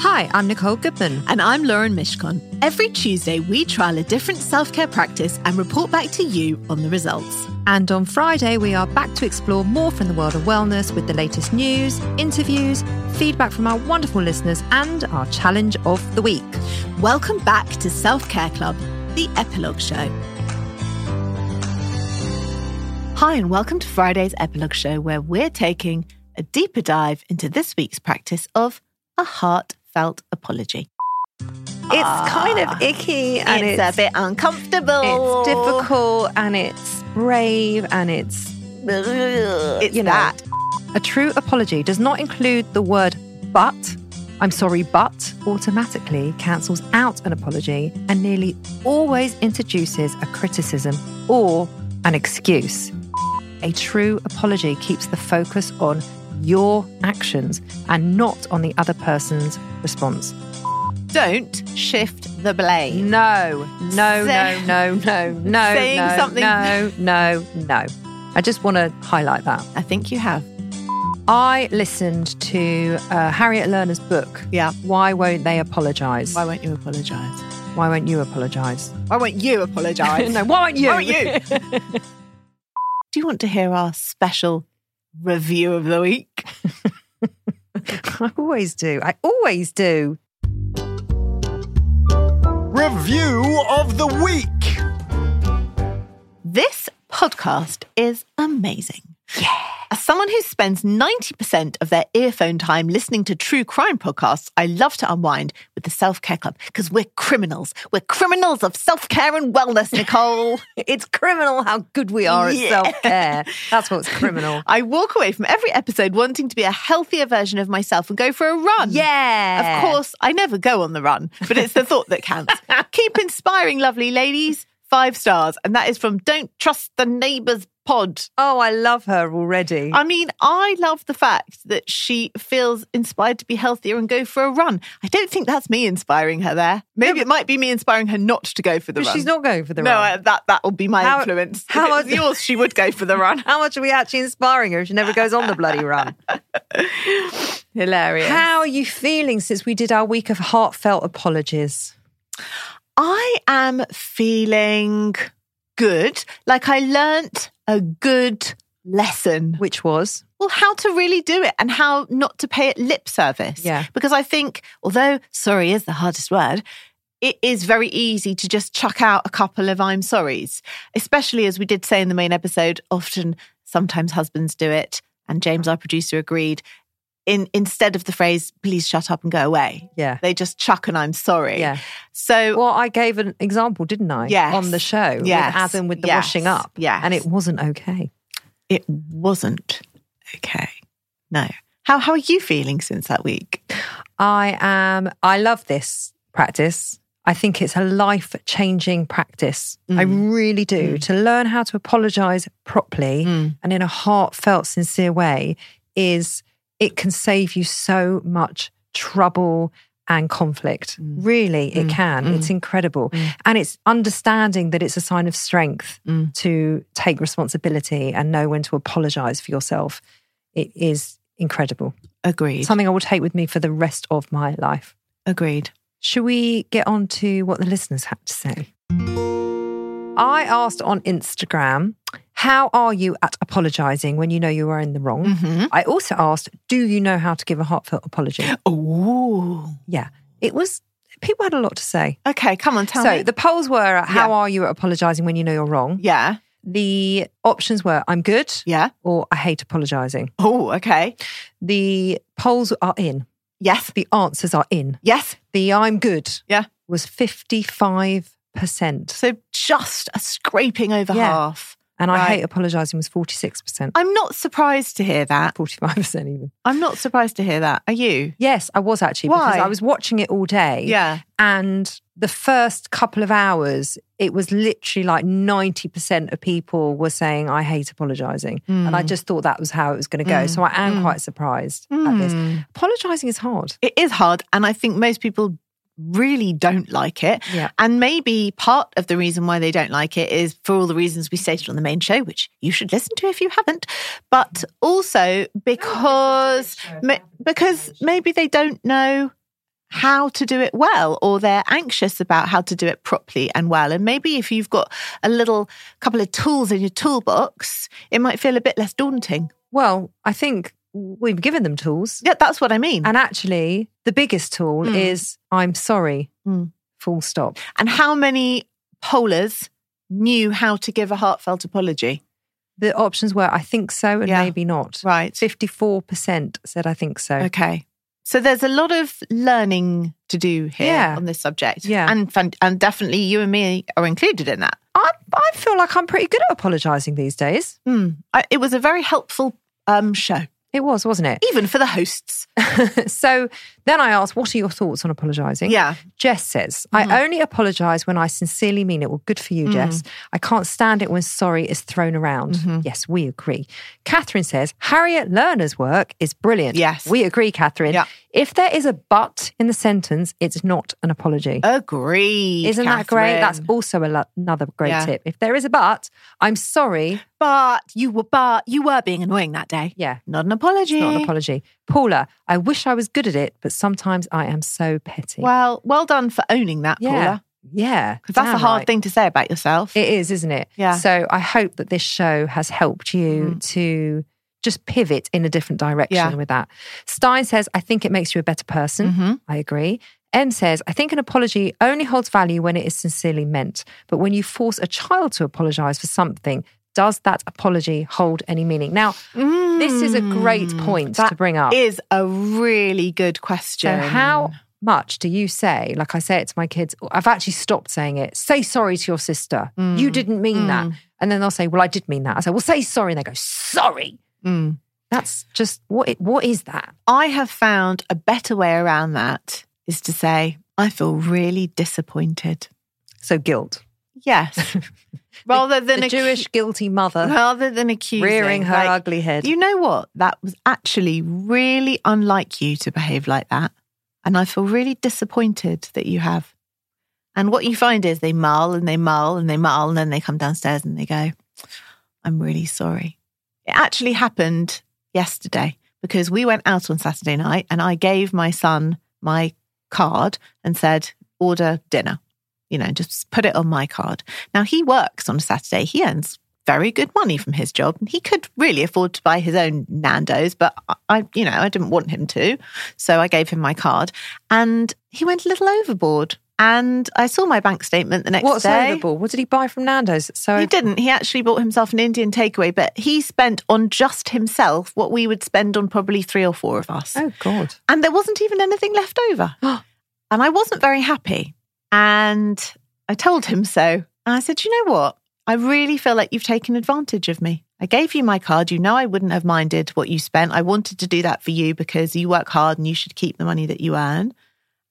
Hi, I'm Nicole Goodman. And I'm Lauren Mishcon. Every Tuesday, we trial a different self care practice and report back to you on the results. And on Friday, we are back to explore more from the world of wellness with the latest news, interviews, feedback from our wonderful listeners, and our challenge of the week. Welcome back to Self Care Club, the epilogue show. Hi, and welcome to Friday's epilogue show, where we're taking a deeper dive into this week's practice of a heart felt apology. It's kind of icky and it's, it's, a bit uncomfortable. it's difficult and it's brave and it's It's you know. that. A true apology does not include the word but. I'm sorry, but automatically cancels out an apology and nearly always introduces a criticism or an excuse. A true apology keeps the focus on your actions and not on the other person's response. Don't shift the blame. No, no, Say- no, no, no, no, Saying no, something- no, no, no. I just want to highlight that. I think you have. I listened to uh, Harriet Lerner's book. Yeah. Why won't they apologise? Why Why, won't you apologise? won't you apologise? Why won't you apologise? no, why won't you? Why won't you? Do you want to hear our special review of the week? I always do. I always do. Review of the week. This podcast is amazing. Yeah. As someone who spends 90% of their earphone time listening to true crime podcasts, I love to unwind with the Self Care Club because we're criminals. We're criminals of self care and wellness, Nicole. It's criminal how good we are at Yeah. Um, self care. That's what's criminal. I walk away from every episode wanting to be a healthier version of myself and go for a run. yeah. Of course, I never go on the run, but it's the thought that counts. Keep inspiring, lovely ladies. Five stars. And that is from Don't Trust the Neighbours Pod. Oh, I love her already. I mean, I love the fact that she feels inspired to be healthier and go for a run. I don't think that's me inspiring her there. Maybe it might be me inspiring her not to go for the But run. she's not going for the no, run. uh, that that will be my How- influence. If how it was are- yours? She would go for the run. How much are we actually inspiring her if she never goes on the bloody run? Hilarious. How are you feeling since we did our week of heartfelt apologies? I am feeling good. Like I learnt a good lesson. Which was? well, how to really do it and how not to pay it lip service. Yeah. Because I think, although sorry is the hardest word, it is very easy to just chuck out a couple of I'm sorries, especially as we did say in the main episode, often sometimes husbands do it. And James, our producer, agreed. In, instead of the phrase, please shut up and go away, Yeah. they just chuck an I'm sorry. Yeah. So Well, I gave an example, didn't I? Yes. On the show Yes. with Adam with the Yes. washing up. Yes. And it wasn't okay. it wasn't okay. No. How, how are you feeling since that week? I am, I love this practice. I think it's a life changing practice. I really do. To learn how to apologize properly and in a heartfelt, sincere way is, it can save you so much trouble and conflict. Really, it can. It's incredible. And it's understanding that it's a sign of strength to take responsibility and know when to apologize for yourself. It is incredible Agreed. something I will take with me for the rest of my life. Agreed. Should we get on to what the listeners had to say? I asked on Instagram, how are you at apologizing when you know you are in the wrong? Mm-hmm. I also asked, do you know how to give a heartfelt apology? Oh, Yeah, it was people had a lot to say. Okay, come on, tell so me. the polls were how Yeah. are you at apologizing when you know you're wrong? yeah, The options were I'm good yeah. or I hate apologizing. Oh, okay. The polls are in. Yes, The answers are in. yes. The I'm good Yeah. was 55%. So just a scraping over Yeah. half. And I Right. hate apologizing was 46%. I'm not surprised to hear that. 45% even. I'm not surprised to hear that. Are you? Yes, I was actually Why? because I was watching it all day. Yeah. And the first couple of hours, it was literally like 90% of people were saying, I hate apologizing. And I Hmm. just thought that was how it was going to go. So I am quite surprised Hmm. at this. Apologizing is hard. It is hard. And I think most people really don't like it. Yeah. And maybe part of the reason why they don't like it is for all the reasons we stated on the main show, which you should listen to if you haven't, but also because ma- because maybe they don't know how to do it well or they're anxious about how to do it properly and well and maybe if you've got a little couple of tools in your toolbox it might feel a bit less daunting Well, I think we've given them tools. yeah Hmm. that's what i mean And actually, the biggest tool is I'm sorry, Mm. full stop. And how many pollers knew how to give a heartfelt apology? The options were I think so and Yeah. maybe not. Right. 54% said I think so. Okay. So there's a lot of learning to do here Yeah. on this subject. Yeah. And fan- and definitely you and me are included in that. I, I feel like I'm pretty good at apologizing these days. Hmm. I, it was a very helpful um, show, It was, wasn't it? even for the hosts. so then I asked, What are your thoughts on apologizing? Yeah. Mm-hmm. Jess says, I only apologize when I sincerely mean it. Well, good for you, Jess. I can't stand it when sorry is thrown around. Mm-hmm. Yes, we agree. Catherine says, Harriet Lerner's work is brilliant. Yes. We agree, Catherine. Yeah. If there is a but in the sentence, it's not an apology. Agreed. Isn't that great? That's Catherine. also a lo- another great Yeah. tip. If there is a but, I'm sorry. But you were but you were being annoying that day. Yeah. Not an apology. It's not an apology. Paula, I wish I was good at it, but sometimes I am so petty. Well, well done for owning that, yeah. Paula. Yeah. Because that's damn a hard right. thing to say about yourself. It is, isn't it? Yeah. Mm. So I hope that this show has helped you to just pivot in a different direction Yeah. Mm-hmm. with that. Stein says, I think it makes you a better person. I agree. M says, I think an apology only holds value when it is sincerely meant. But when you force a child to apologize for something, does that apology hold any meaning? Now, this is a great Mm, point to bring up. Hmm. is a really good question. So how much do you say? Like I say it to my kids. I've actually stopped saying it. Say sorry to your sister. Mm. You didn't mean that. And then they'll say, "Well, I did mean that." I say, "Well, say sorry," and they go, "Sorry." That's just what. It, what is that? Hmm. I have found a better way around that is to say, I feel really disappointed. So guilt. Yes. rather than the accu- Jewish guilty mother rather than accusing rearing her like, ugly head. You know what? That was actually really unlike you to behave like that. And I feel really disappointed that you have. And what you find is they mull and they mull and they mull and then they come downstairs and they go, I'm really sorry. It actually happened yesterday because we went out on Saturday night and I gave my son my card and said, order dinner, you know, just put it on my card. Now he works on a Saturday. He earns very good money from his job and he could really afford to buy his own Nando's, but I- I, you know, I didn't want him to. So I gave him my card and he went a little overboard. And I saw my bank statement the next What's day. overboard? What did he buy from Nando's? So He didn't. He actually bought himself an Indian takeaway, but he spent on just himself what we would spend on probably three or four of us. Oh God. And there wasn't even anything left over. and I wasn't very happy. And I told him so. And I said, you know what? I really feel like you've taken advantage of me. I gave you my card. You know, I wouldn't have minded what you spent. I wanted to do that for you because you work hard and you should keep the money that you earn.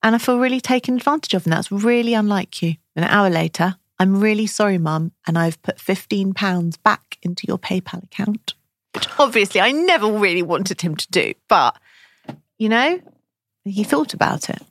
And I feel really taken advantage of. And that's really unlike you. An hour later, I'm really sorry, mum. And I've put £15 back into your PayPal account, which obviously I never really wanted him to do. But, you know, he thought about it.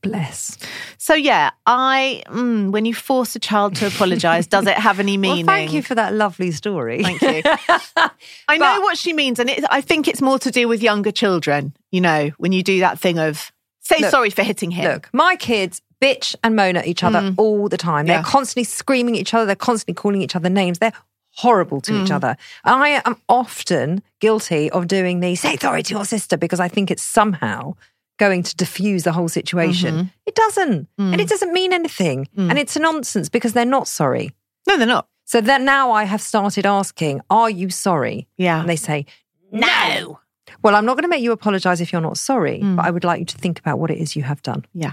Bless. So yeah, I mm, when you force a child to apologise, does it have any meaning? Well, thank you for that lovely story. Thank you. I know what she means, and it, I think it's more to do with younger children. You know, when you do that thing of say Look, sorry for hitting him. Look, my kids bitch and moan at each other all the time. They're Mm. Yeah. constantly screaming at each other. They're constantly calling each other names. They're horrible to Mm. each other. I am often guilty of doing the say sorry to your sister because I think it's somehow going to diffuse the whole situation. Mm-hmm. It doesn't. And Mm. it doesn't mean anything. And it's a nonsense because they're not sorry. No, they're not. So then now I have started asking, are you sorry? Yeah. And they say, no. Well, I'm not going to make you apologize if you're not sorry, but Mm. I would like you to think about what it is you have done. Yeah.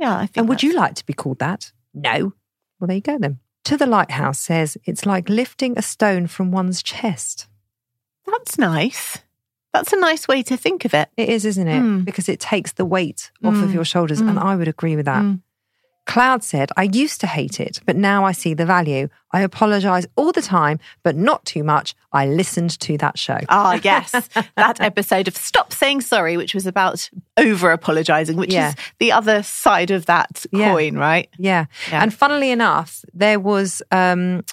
Yeah, I think. And would that's- you like to be called that? No. Well, there you go then. To the Lighthouse says it's like lifting a stone from one's chest. That's nice. That's a nice way to think of it. It is, isn't it? Hmm. Because it takes the weight off of your shoulders. And I would agree with that. Hmm. Cloud said, I used to hate it, but now I see the value. I apologize all the time, but not too much. I listened to that show. Ah, yes. that episode of Stop Saying Sorry, which was about over apologizing, which Yeah. is the other side of that Yeah. coin, right? Yeah. Yeah. And funnily enough, there was um,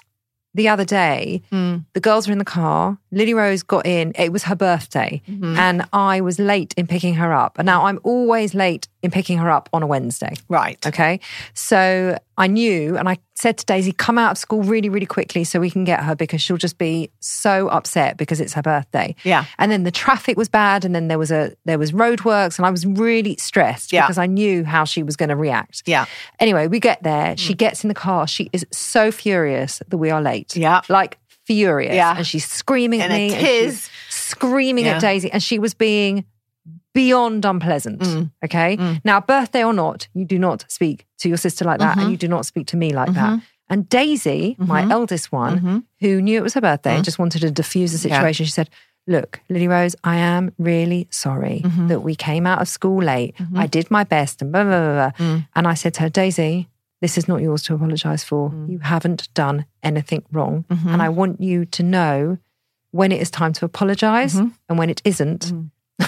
the other day, Hmm. the girls were in the car. Lily Rose got in. It was her birthday. Mm-hmm. And I was late in picking her up. And now I'm always late in picking her up on a Wednesday. Right. Okay. So I knew, and I said to Daisy, come out of school really, really quickly so we can get her because she'll just be so upset because it's her birthday. Yeah. And then the traffic was bad, and then there was a there was roadworks, and I was really stressed Yeah. because I knew how she was going to react. Yeah. Mm. Anyway, we get there. She gets in the car. She is so furious that we are late. Yeah. Like furious. Yeah. And she's screaming And at a me. tears. she's screaming Yeah. at Daisy. And she was being beyond unpleasant. Okay. Now, birthday or not, you do not speak to your sister like that, and you do not speak to me like that. And Daisy, my eldest one, who knew it was her birthday and just wanted to diffuse the situation, she said, Look, Lily Rose, I am really sorry that we came out of school late. I did my best and blah, blah, blah, blah. And I said to her, Daisy, this is not yours to apologize for. You haven't done anything wrong. And I want you to know when it is time to apologize and when it isn't.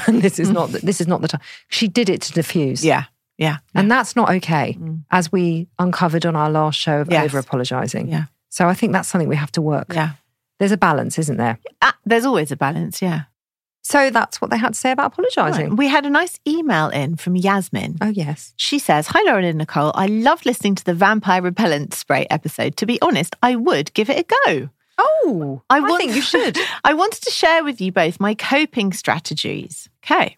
And this is not the, this is not the time. She did it to diffuse. Yeah. Yeah. And that's not okay, as we uncovered on our last show of Yes. over apologizing. Yeah. So I think that's something we have to work. Yeah. There's a balance, isn't there? Ah, there's always a balance. Yeah. So that's what they had to say about Oh, apologizing. We had a nice email in from Yasmin. Oh yes. She says, Hi, Lauren and Nicole. I love listening to the vampire repellent spray episode. To be honest, I would give it a go. Oh, I, want- think you should. I wanted to share with you both my coping strategies. Okay.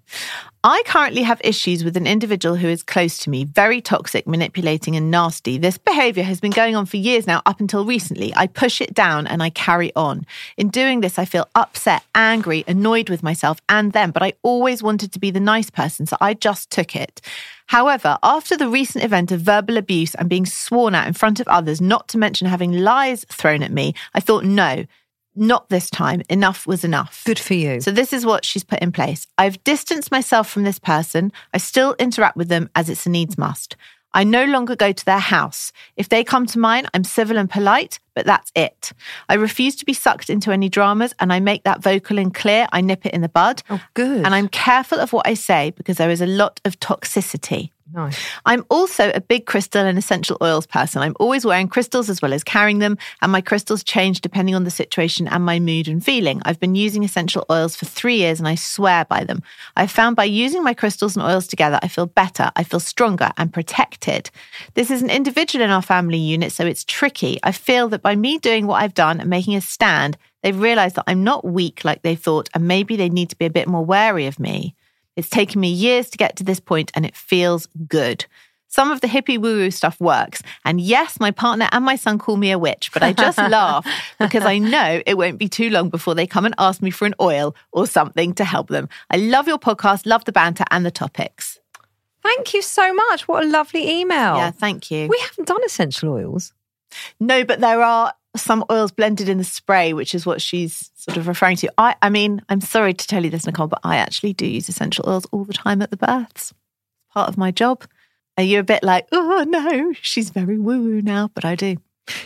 I currently have issues with an individual who is close to me, very toxic, manipulating, and nasty. This behavior has been going on for years now, up until recently. I push it down and I carry on. In doing this, I feel upset, angry, annoyed with myself and them, but I always wanted to be the nice person, so I just took it. However, after the recent event of verbal abuse and being sworn at in front of others, not to mention having lies thrown at me, I thought, no, not this time. Enough was enough. Good for you. So, this is what she's put in place. I've distanced myself from this person. I still interact with them as it's a needs must. I no longer go to their house. If they come to mine, I'm civil and polite, but that's it. I refuse to be sucked into any dramas and I make that vocal and clear. I nip it in the bud. Oh, good. And I'm careful of what I say because there is a lot of toxicity. nice. I'm also a big crystal and essential oils person. I'm always wearing crystals as well as carrying them, and my crystals change depending on the situation and my mood and feeling. I've been using essential oils for three years and I swear by them. I've found by using my crystals and oils together, I feel better, I feel stronger and protected. This is an individual in our family unit, so it's tricky. I feel that by me doing what I've done and making a stand, they've realized that I'm not weak like they thought, and maybe they need to be a bit more wary of me. It's taken me years to get to this point and it feels good. Some of the hippie woo woo stuff works. And yes, my partner and my son call me a witch, but I just laugh because I know it won't be too long before they come and ask me for an oil or something to help them. I love your podcast, love the banter and the topics. Thank you so much. What a lovely email. Yeah, thank you. we haven't done essential oils. No, but there are some oils blended in the spray, which is what she's sort of referring to. I, I mean, I'm sorry to tell you this, Nicole, but I actually do use essential oils all the time at the births. Part of my job. Are you a bit like, oh no, she's very woo woo now, but I do.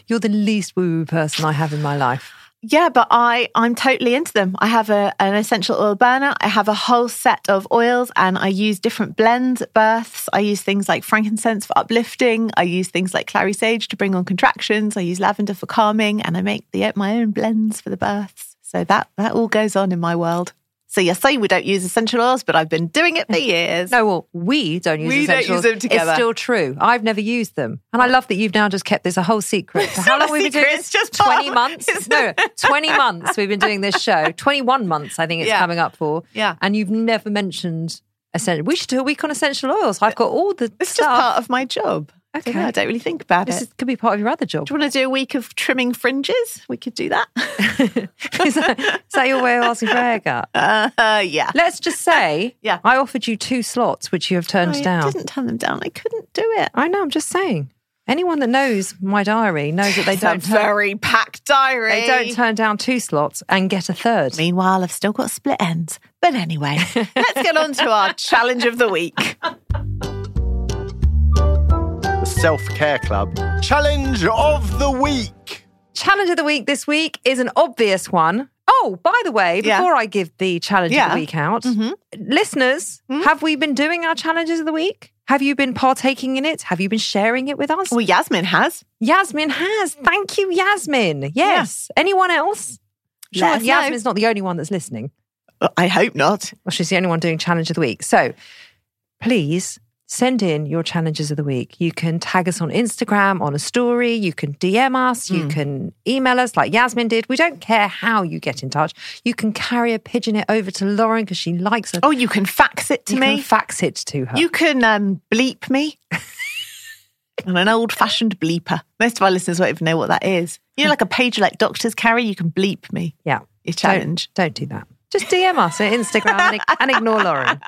You're the least woo woo person I have in my life. Yeah, but I I'm totally into them. I have a an essential oil burner. I have a whole set of oils, and I use different blends at births. I use things like frankincense for uplifting. I use things like clary sage to bring on contractions. I use lavender for calming, and I make the my own blends for the births. So that that all goes on in my world. So you say we don't use essential oils, but I've been doing it for years. No, well, we don't use We don't essential use oils. them together. It's still true. I've never used them, and I love that you've now just kept this a whole secret. For how not long a we've been secret, doing it's this? just part twenty of- months. No, twenty months we've been doing this show. Twenty-one months, I think it's Yeah. coming up for. Yeah. and you've never mentioned essential. We should do a week on essential oils. I've got all the It's just stuff. part of my job. Okay. Okay. I don't really think about this it. is, could be part of your other job. do you want to do a week of trimming fringes? We could do that. is, that, is that your way of asking for a haircut? uh, yeah. Let's just say, Yeah. I offered you two slots, which you have turned I down. didn't turn them down. I couldn't do it. I know. I'm just saying. Anyone that knows my diary knows that they It's a don't turn, very packed diary. they don't turn down two slots and get a third. Meanwhile, I've still got split ends. But anyway, let's get on to our challenge of the week. The Self Care Club Challenge of the Week. Challenge of the week this week is an obvious one. Oh, by the way, Yeah. before I give the challenge of Yeah. Mm-hmm. the week out, listeners, have we been doing our challenges of the week? Have you been partaking in it? Have you been sharing it with us? Well, Yasmin has. Yasmin has. Thank you, Yasmin. Yes. Anyone else? Sure, Let us know. Yasmin's not the only one that's listening. Well, I hope not. Well, she's the only one doing challenge of the week. So please send in your challenges of the week. You can tag us on Instagram, on a story. You can DM us. Hmm. You can email us like Yasmin did. We don't care how you get in touch. You can carrier pigeon it over to Lauren because she likes her. Oh, you can fax it to you me. can fax it to her. you can um, bleep me. I'm an old fashioned bleeper. Most of our listeners won't even know what that is. You know, like a pager like doctors carry, you can bleep me. yeah. Your challenge. Don't, don't do that. Just DM us at Instagram and, ig- and ignore Lauren.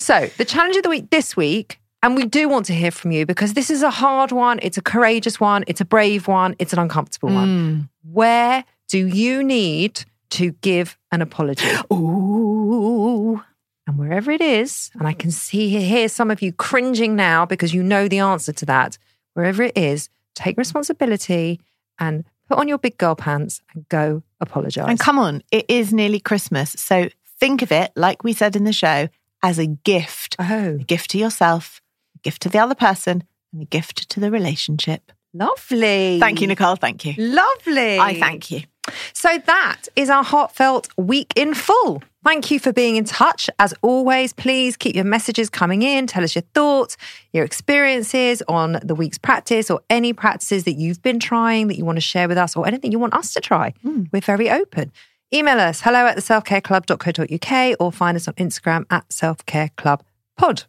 So, the challenge of the week this week, and we do want to hear from you because this is a hard one, it's a courageous one, it's a brave one, it's an uncomfortable Mm. one. Where do you need to give an apology? Ooh. And wherever it is, and I can see hear some of you cringing now because you know the answer to that. Wherever it is, take responsibility and put on your big girl pants and go apologize. And come on, it is nearly Christmas. So think of it, like we said in the show, as a gift oh. a gift to yourself, a gift to the other person, and a gift to the relationship. Lovely. Thank you, Nicole. Thank you. Lovely. I thank you. So that is our heartfelt week in full. Thank you for being in touch. As always, please keep your messages coming in. Tell us your thoughts, your experiences on the week's practice or any practices that you've been trying that you want to share with us or anything you want us to try. Hmm. We're very open. Email us hello at the selfcareclub.co.uk or find us on Instagram at selfcareclubpod.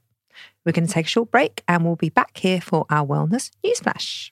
We're going to take a short break and we'll be back here for our wellness newsflash.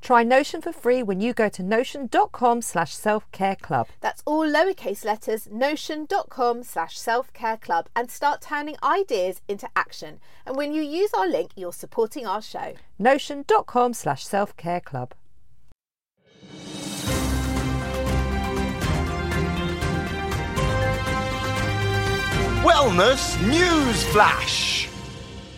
Try Notion for free when you go to notion.com slash self-care club. That's all lowercase letters, notion.com slash self care club, and start turning ideas into action. And when you use our link, you're supporting our show. notion.com slash self-care club. Wellness News Flash.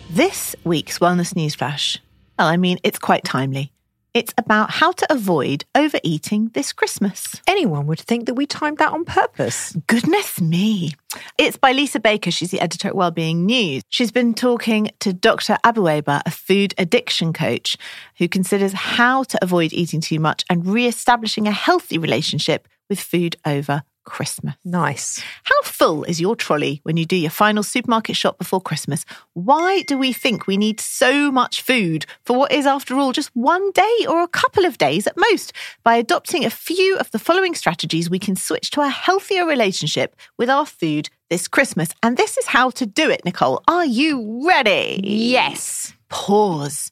This week's Wellness Newsflash. Well, I mean, it's quite timely. It's about how to avoid overeating this Christmas. Anyone would think that we timed that on purpose. Goodness me. It's by Lisa Baker. She's the editor at Wellbeing News. She's been talking to Dr. Abueba, a food addiction coach who considers how to avoid eating too much and re establishing a healthy relationship with food over Christmas. Nice. How full is your trolley when you do your final supermarket shop before Christmas? Why do we think we need so much food for what is, after all, just one day or a couple of days at most? By adopting a few of the following strategies, we can switch to a healthier relationship with our food this Christmas. And this is how to do it, Nicole. Are you ready? Yes. Pause.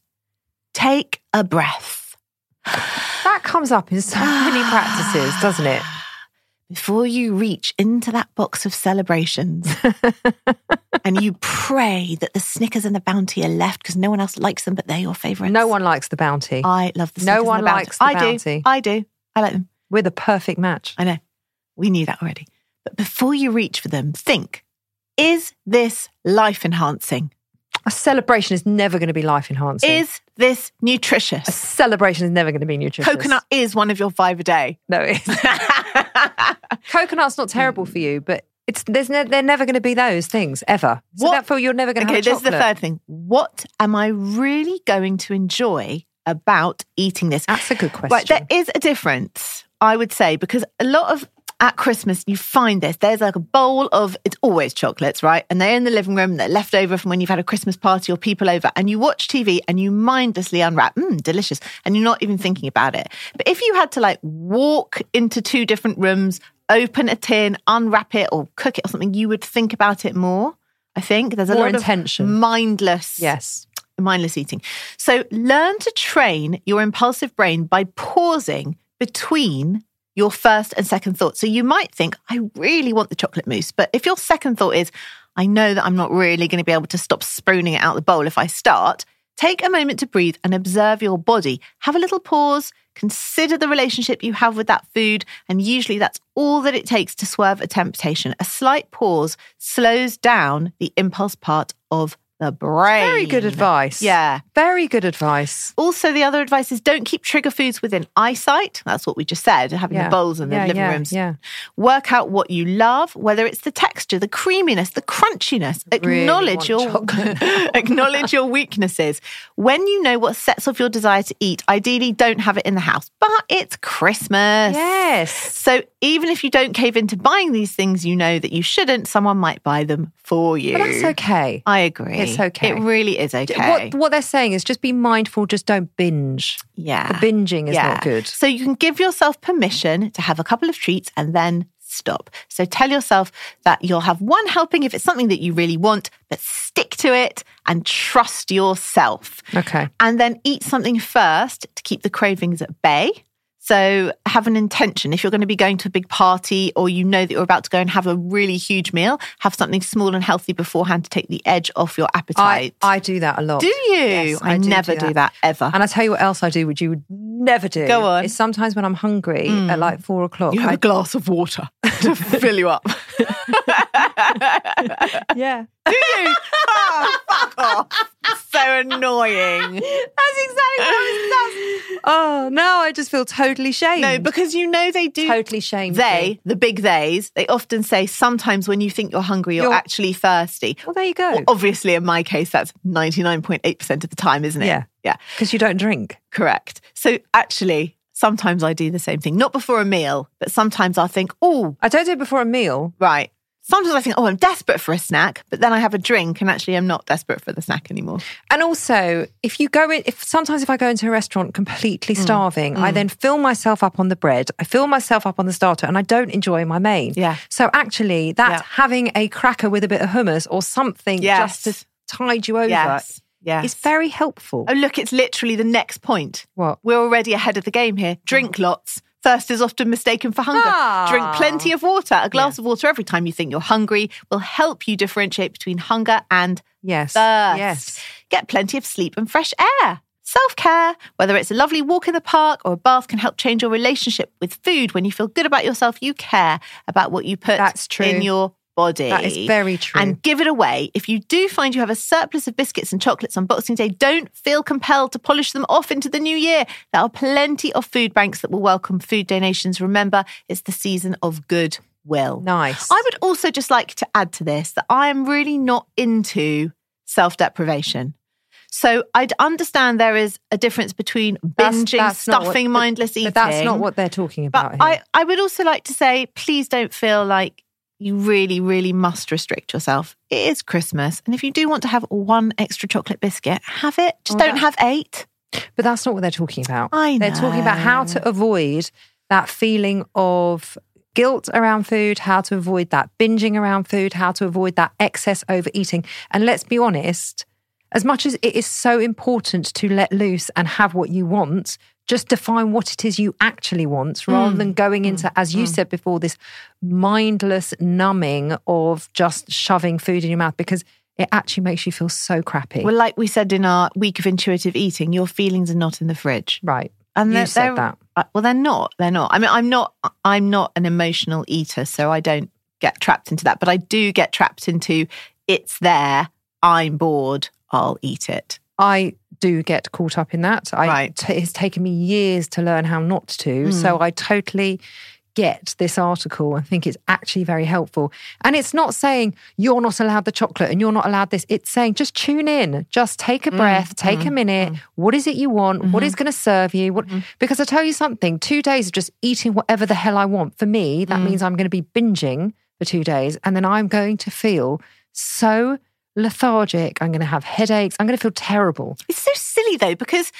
Take a breath. That comes up in so many practices, doesn't it? before you reach into that box of celebrations and you pray that the Snickers and the Bounty are left because no one else likes them, but they're your favourites. No one likes the bounty. I love No the Snickers. and one the Bounty. likes the I Bounty. do. I do. I like them. We're the perfect match. I know. We knew that already. But before you reach for them, think: Is this life enhancing? A celebration is never going to be life enhancing. Is this a nutritious? celebration is never going to be nutritious. Coconut is one of your five a day. No, it's coconut's not terrible for you, but it's there's ne- they're never going to be those things ever. So What- therefore, you're never going to okay, have this is the chocolate. third thing. What am I really going to enjoy about eating this? That's a good question. Right, there is a difference, I would say, because a lot of at Christmas you find this. There's like a bowl of it's always chocolates, right? And they're in the living room, they're left over from when you've had a Christmas party or people over, and you watch TV and you mindlessly unwrap, mmm, delicious, and you're not even thinking about it. But if you had to like walk into two different rooms, open a tin, unwrap it, or cook it or something, you would think about it more. I think there's a More lot of intention. mindless yes. mindless eating. So learn to train your impulsive brain by pausing between your first and second thoughts. So you might think, I really want the chocolate mousse. But if your second thought is, I know that I'm not really going to be able to stop spooning it out the bowl if I start, take a moment to breathe and observe your body. Have a little pause, consider the relationship you have with that food. And usually that's all that it takes to swerve a temptation. A slight pause slows down the impulse part of the brain. Very good advice. Yeah. Very good advice. Also, the other advice is don't keep trigger foods within eyesight. That's what we just said, having Yeah. the bowls and the Yeah, living yeah, rooms. yeah. Work out what you love, whether it's the texture, the creaminess, the crunchiness. want Acknowledge your acknowledge your weaknesses. When you know what sets off your desire to eat, ideally don't have it in the house. But it's Christmas. Yes. So even if you don't cave into buying these things, you know that you shouldn't. Someone might buy them for you. But that's okay. I agree. It's okay. It really is okay. What what they're saying is just be mindful, just don't binge. Yeah. The binging is not good. So you can give yourself permission to have a couple of treats and then stop. So tell yourself that you'll have one helping if it's something that you really want, but stick to it and trust yourself. Okay. And then eat something first to keep the cravings at bay. So have an intention. If you're going to be going to a big party or you know that you're about to go and have a really huge meal, have something small and healthy beforehand to take the edge off your I, appetite. I do that a lot. do you? Yes, I, never do that, ever. And I tell you what else I do, which you would never do. Go on. Mm. Is sometimes when I'm hungry at like four o'clock. You have I- a glass of water to fill you up. yeah. so annoying. That's exactly what I was. That's, oh, now I just feel totally shamed. No, because you know they do. totally shamed. They, the big theys, they often say sometimes when you think you're hungry, you're, You're- actually thirsty. Well, there you go. Well, obviously, in my case, that's 99.8% of the time, isn't it? Yeah. Yeah, Because you don't drink. correct. So actually, sometimes I do the same thing, not before a meal, but sometimes I'll think, oh, I don't do it before a meal. right. Sometimes I think, oh, I'm desperate for a snack, but then I have a drink and actually I'm not desperate for the snack anymore. And also, if you go in, if sometimes if I go into a restaurant completely Mm. starving, I then fill myself up on the bread, I fill myself up on the starter, and I don't enjoy my main. Yeah. So actually, that Yeah. having a cracker with a bit of hummus or something just Yes. to tide you over Yes. Yes. is very helpful. Oh, look, it's literally the next point. What? Oh. We're already ahead of the game here. Drink lots. Thirst is often mistaken for hunger. Ah. Drink plenty of water. A glass of water every time you think you're hungry will help you differentiate between hunger and Yes. thirst. Yes. Get plenty of sleep and fresh air. Self care, whether it's a lovely walk in the park or a bath, can help change your relationship with food. When you feel good about yourself, you care about what you put That's true. in your body. That is very true. And give it away. If you do find you have a surplus of biscuits and chocolates on Boxing Day, don't feel compelled to polish them off into the new year. There are plenty of food banks that will welcome food donations. Remember, it's the season of goodwill. Nice. I would also just like to add to this that I am really not into self deprivation. So I'd understand there is a difference between binging, That's- that's not what- stuffing, but- mindless eating. But that's not what they're talking about But here. I, I would also like to say, please don't feel like you really, really must restrict yourself. It is Christmas. And if you do want to have one extra chocolate biscuit, have it. Just don't have eight. But that's not what they're talking about. I They're talking about how to avoid that feeling of guilt around food, how to avoid that binging around food, how to avoid that excess overeating. And let's be honest, as much as it is so important to let loose and have what you want, just define what it is you actually want Hmm. rather than going into, as you said before, this mindless numbing of just shoving food in your mouth because it actually makes you feel so crappy. Well, like we said in our week of intuitive eating, your feelings are not in the fridge. right. And you they're, said they're- that. uh, well, they're not. They're not. I mean, I'm not. I'm not an emotional eater, so I don't get trapped into that. But I do get trapped into it's there. I'm bored. I'll eat it. I do get caught up in that. I, Right. t- it's taken me years to learn how not to. So I totally get this article and think it's actually very helpful. And it's not saying you're not allowed the chocolate and you're not allowed this. It's saying just tune in, just take a breath, take a minute. What is it you want? What is going to serve you? What, Because I tell you something, two days of just eating whatever the hell I want, for me, that means I'm going to be binging for two days and then I'm going to feel so lethargic. I'm going to have headaches. I'm going to feel terrible. It's so silly though because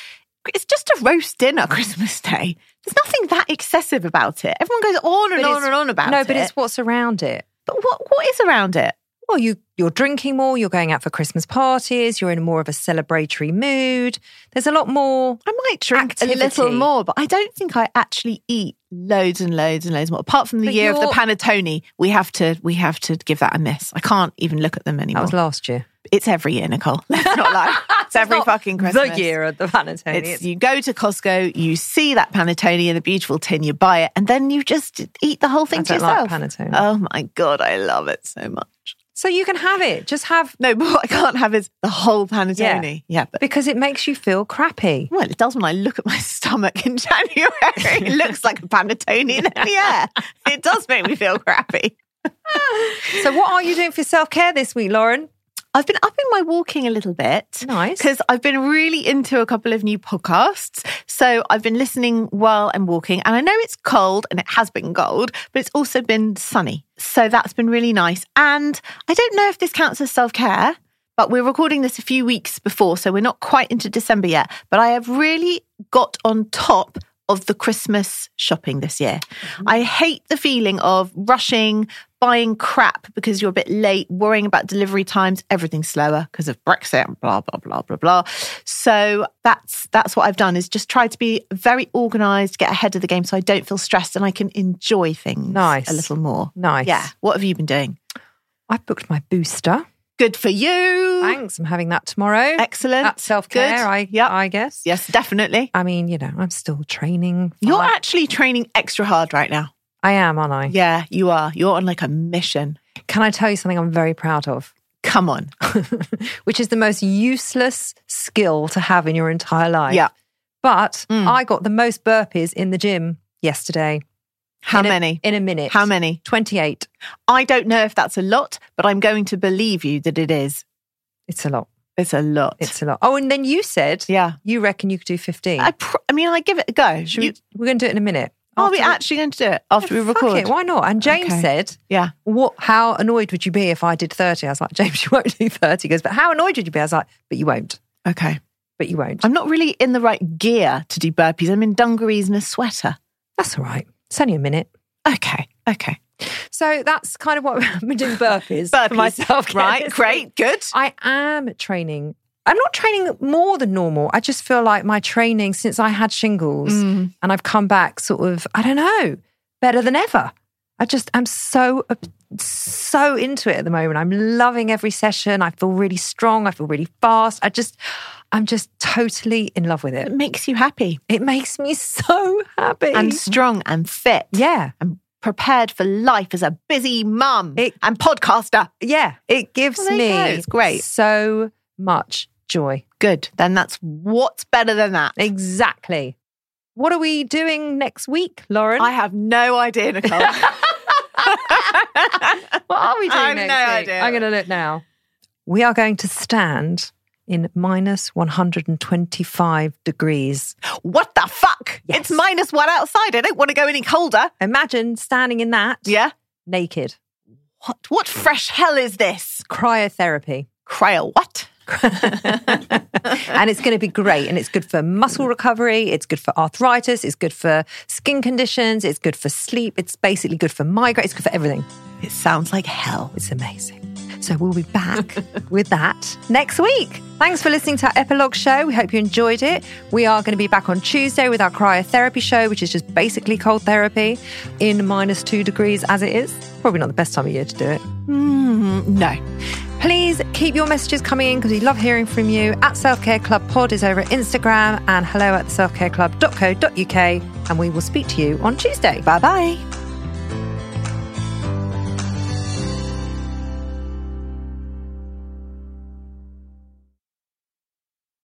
it's just a roast dinner Christmas Day. There's nothing that excessive about it. Everyone goes on and But on it's- and on about no, it. but it's what's around it. but what what is around it? Well, you you're drinking more. You're going out for Christmas parties. You're in more of a celebratory mood. There's a lot more. I might drink a little Activity. more, but I don't think I actually eat loads and loads and loads more. Apart from the But year of the you're- panettone, we have to we have to give that a miss. I can't even look at them That anymore. was last year. it's every year, Nicole. Let's not lie. It's every fucking Christmas. The year of the panettone. It's, It's, you go to Costco, you see that panettone in the beautiful tin, you buy it, and then you just eat the whole thing I to don't like yourself. panettone. Oh my god, I love it so much. so you can have it. Just have No, but what I can't have is the whole panettone. Yeah, but because it makes you feel crappy. Well, it does when I look at my stomach in January. It looks like a panettone in the air. It does make me feel crappy. So what are you doing for self care this week, Lauren? I've been upping my walking a little bit. Nice. Because I've been really into a couple of new podcasts. So I've been listening while I'm walking. And I know it's cold and it has been cold, but it's also been sunny. So that's been really nice. And I don't know if this counts as self care, but we're recording this a few weeks before. So we're not quite into December yet. But I have really got on top of the Christmas shopping this year. Mm-hmm. I hate the feeling of rushing, buying crap because you're a bit late, worrying about delivery times, everything's slower because of Brexit and blah blah blah blah blah. So that's that's what I've done is just try to be very organized, get ahead of the game so I don't feel stressed and I can enjoy things Nice. a little more. Nice. Yeah. What have you been doing? I booked my booster. Good for you. Thanks. I'm having that tomorrow. Excellent. That's self care. Good. I Yep. I guess. Yes, definitely. I mean, you know, I'm still training. You're I, actually training extra hard right now. I am, aren't I? Yeah, you are. You're on like a mission. Can I tell you something I'm very proud of? Come on. Which is the most useless skill to have in your entire life. Yeah. Mm. But I got the most burpees in the gym yesterday. How In a- many? in a minute. How many? 28. I don't know if that's a lot, but I'm going to believe you that it is. It's a lot. It's a lot. It's a lot. Oh, and then you said yeah. you reckon you could do 15. I, pr- I mean, I give it a go. Should You- we, we're going to do it in a minute. Are we actually going to do it after we Fuck record? it, why not? And James Okay. said, Yeah. What? How annoyed would you be if I did 30? I was like, James, you won't do 30. He goes, But how annoyed would you be? I was like, But you won't. Okay. But you won't. I'm not really in the right gear to do burpees. I'm in dungarees and a sweater. That's all right. It's only a minute. Okay. Okay. So that's kind of what I've been doing burpees, for Burpees. myself. Right. Great. Good. I am training. I'm not training more than normal. I just feel like my training since I had shingles Mm. and I've come back sort of, I don't know, better than ever. I just am so, so into it at the moment. I'm loving every session. I feel really strong. I feel really fast. I just, I'm just totally in love with It it. makes you happy It makes me so happy. and strong and fit. yeah. And prepared for life as a busy mum It- and podcaster. Yeah. It gives Well, there me you go. It's great. so much joy. Good. Then that's what's better than that. Exactly. What are we doing next week, Lauren? I have no idea, Nicole. what are we doing I have next no week? idea. I'm going to look now. We are going to stand in minus 125 degrees. what the fuck? It's minus one outside. I don't want to go any colder. Imagine standing in that Yeah. naked. What what fresh hell is this? Cryotherapy. Cryo, what? and it's going to be great. And it's good for muscle recovery. It's good for arthritis. It's good for skin conditions. It's good for sleep. It's basically good for migraine. It's good for everything. It sounds like hell. It's amazing. So we'll be back with that next week. Thanks for listening to our epilogue show. We hope you enjoyed it. We are going to be back on Tuesday with our cryotherapy show, which is just basically cold therapy in minus two degrees as it is. Probably not the best time of year to do it. No. Please keep your messages coming in because we love hearing from you. At Self Care Club Pod is over at Instagram and hello at selfcareclub.co.uk. And we will speak to you on Tuesday. Bye bye.